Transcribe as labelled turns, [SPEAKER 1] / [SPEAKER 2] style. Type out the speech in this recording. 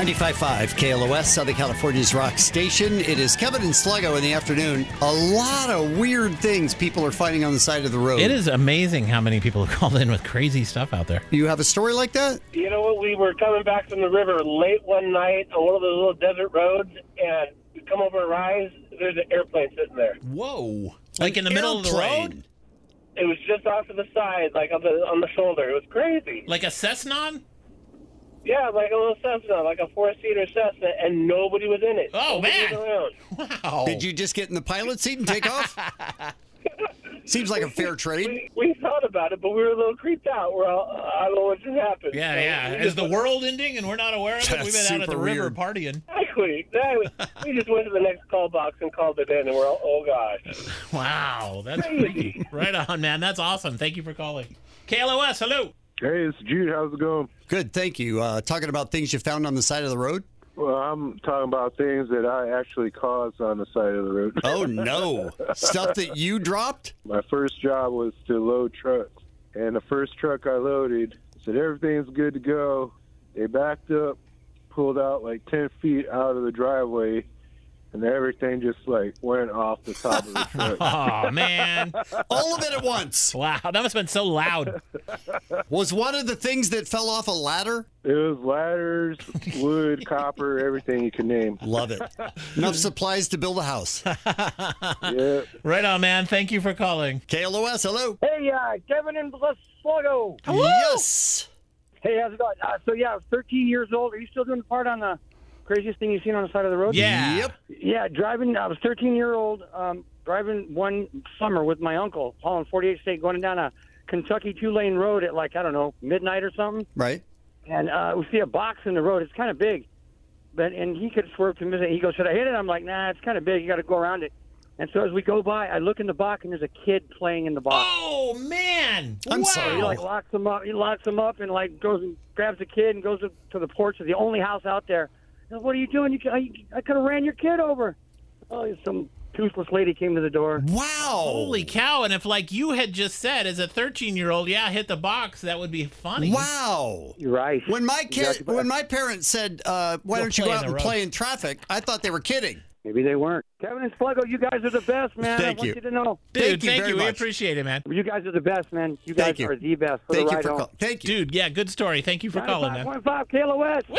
[SPEAKER 1] 95.5 KLOS, Southern California's rock station. It is Kevin and Sluggo in the afternoon. A lot of weird things people are finding on the side of the road.
[SPEAKER 2] It is amazing how many people have called in with crazy stuff out there.
[SPEAKER 1] You have a story like that?
[SPEAKER 3] You know what? We were coming back from the river late one night on one of those little desert roads, and we come over a rise. There's an airplane sitting there.
[SPEAKER 4] Whoa.
[SPEAKER 2] Like in the middle of the road?
[SPEAKER 3] It was just off to the side, like on the on the shoulder. It was crazy.
[SPEAKER 2] Like a Cessnon?
[SPEAKER 3] Yeah, like a little Cessna, like a four seater Cessna, and nobody was in it.
[SPEAKER 2] Oh,
[SPEAKER 3] Nobody was
[SPEAKER 2] man.
[SPEAKER 3] around.
[SPEAKER 2] Wow.
[SPEAKER 1] Did you just get in the pilot seat and take off? Seems like a fair trade.
[SPEAKER 3] We, we thought about it, but we were a little creeped out. We're all, I don't know what just happened.
[SPEAKER 2] Yeah,
[SPEAKER 3] So
[SPEAKER 2] yeah.
[SPEAKER 3] we
[SPEAKER 2] Is
[SPEAKER 3] just
[SPEAKER 2] the
[SPEAKER 3] went-
[SPEAKER 2] world ending and we're not aware of it? We've been
[SPEAKER 1] That's
[SPEAKER 2] out at the
[SPEAKER 1] super
[SPEAKER 2] river
[SPEAKER 1] weird.
[SPEAKER 2] partying.
[SPEAKER 3] Exactly, exactly. we just went to the next call box and called it in, and we're all, oh gosh.
[SPEAKER 2] Wow. That's freaky. right on, man. That's awesome. Thank you for calling. KLOS, hello.
[SPEAKER 5] Hey, it's Jude. How's it going?
[SPEAKER 1] Good, thank you. Uh, talking about things you found on the side of the road?
[SPEAKER 5] Well, I'm talking about things that I actually caused on the side of the road.
[SPEAKER 1] Oh, no. Stuff that you dropped?
[SPEAKER 5] My first job was to load trucks, and the first truck I loaded said everything's good to go. They backed up, pulled out like ten feet out of the driveway, and everything just like went off the top of the truck.
[SPEAKER 2] Oh, man.
[SPEAKER 1] All of it at once.
[SPEAKER 2] Wow. That must have been so loud.
[SPEAKER 1] Was one of the things that fell off a ladder?
[SPEAKER 5] It was ladders, wood, copper, everything you can name.
[SPEAKER 1] Love it. Enough supplies to build a house.
[SPEAKER 5] Yeah.
[SPEAKER 2] Right on, man. Thank you for calling.
[SPEAKER 1] KLOS, hello.
[SPEAKER 6] Hey, uh, Kevin and Sluggo.
[SPEAKER 1] Yes.
[SPEAKER 6] Hey, how's it going? Uh, so, yeah, I was 13 years old. Are you still doing the part on the craziest thing you've seen on the side of the road?
[SPEAKER 2] Yeah.
[SPEAKER 1] Yep.
[SPEAKER 6] Yeah, driving. I was 13 year old, um, driving one summer with my uncle, hauling 48 State, going down a Kentucky two lane road at like, I don't know, midnight or something.
[SPEAKER 1] Right.
[SPEAKER 6] And uh, we see a box in the road. It's kind of big. But, and he could swerve to miss it. He goes, Should I hit it? I'm like, Nah, it's kind of big. You got to go around it. And so as we go by, I look in the box, and there's a kid playing in the box.
[SPEAKER 2] Oh, man.
[SPEAKER 1] I'm
[SPEAKER 2] wow.
[SPEAKER 1] sorry.
[SPEAKER 6] He like locks him up. He locks him up and like goes and grabs the kid and goes up to the porch of the only house out there. He goes, what are you doing? You, I, I could have ran your kid over. Oh, some toothless lady came to the door.
[SPEAKER 1] Wow.
[SPEAKER 2] Holy cow. And if, like you had just said, as a 13 year old, yeah, hit the box, that would be funny.
[SPEAKER 1] Wow.
[SPEAKER 6] You're right.
[SPEAKER 1] When my kid, when my parents said, uh, "Why
[SPEAKER 2] Go
[SPEAKER 1] don't you go
[SPEAKER 2] play in
[SPEAKER 1] out
[SPEAKER 2] the
[SPEAKER 1] and
[SPEAKER 2] road.
[SPEAKER 1] play in traffic?" I thought they were kidding.
[SPEAKER 6] Maybe they weren't. Kevin and Sluggo, you guys are the best, man.
[SPEAKER 1] Thank
[SPEAKER 6] I want
[SPEAKER 1] you.
[SPEAKER 6] you. to know.
[SPEAKER 1] Thank
[SPEAKER 2] Dude,
[SPEAKER 1] you very
[SPEAKER 2] We
[SPEAKER 1] much.
[SPEAKER 2] appreciate it, man.
[SPEAKER 6] You guys are the best, man. You guys
[SPEAKER 1] Thank you.
[SPEAKER 6] are the best. For
[SPEAKER 1] Thank
[SPEAKER 6] the
[SPEAKER 1] you
[SPEAKER 6] ride
[SPEAKER 1] for
[SPEAKER 6] home.
[SPEAKER 1] calling. Thank you.
[SPEAKER 2] Dude, yeah, good story. Thank you for calling, man.
[SPEAKER 6] 95.5 KLOS.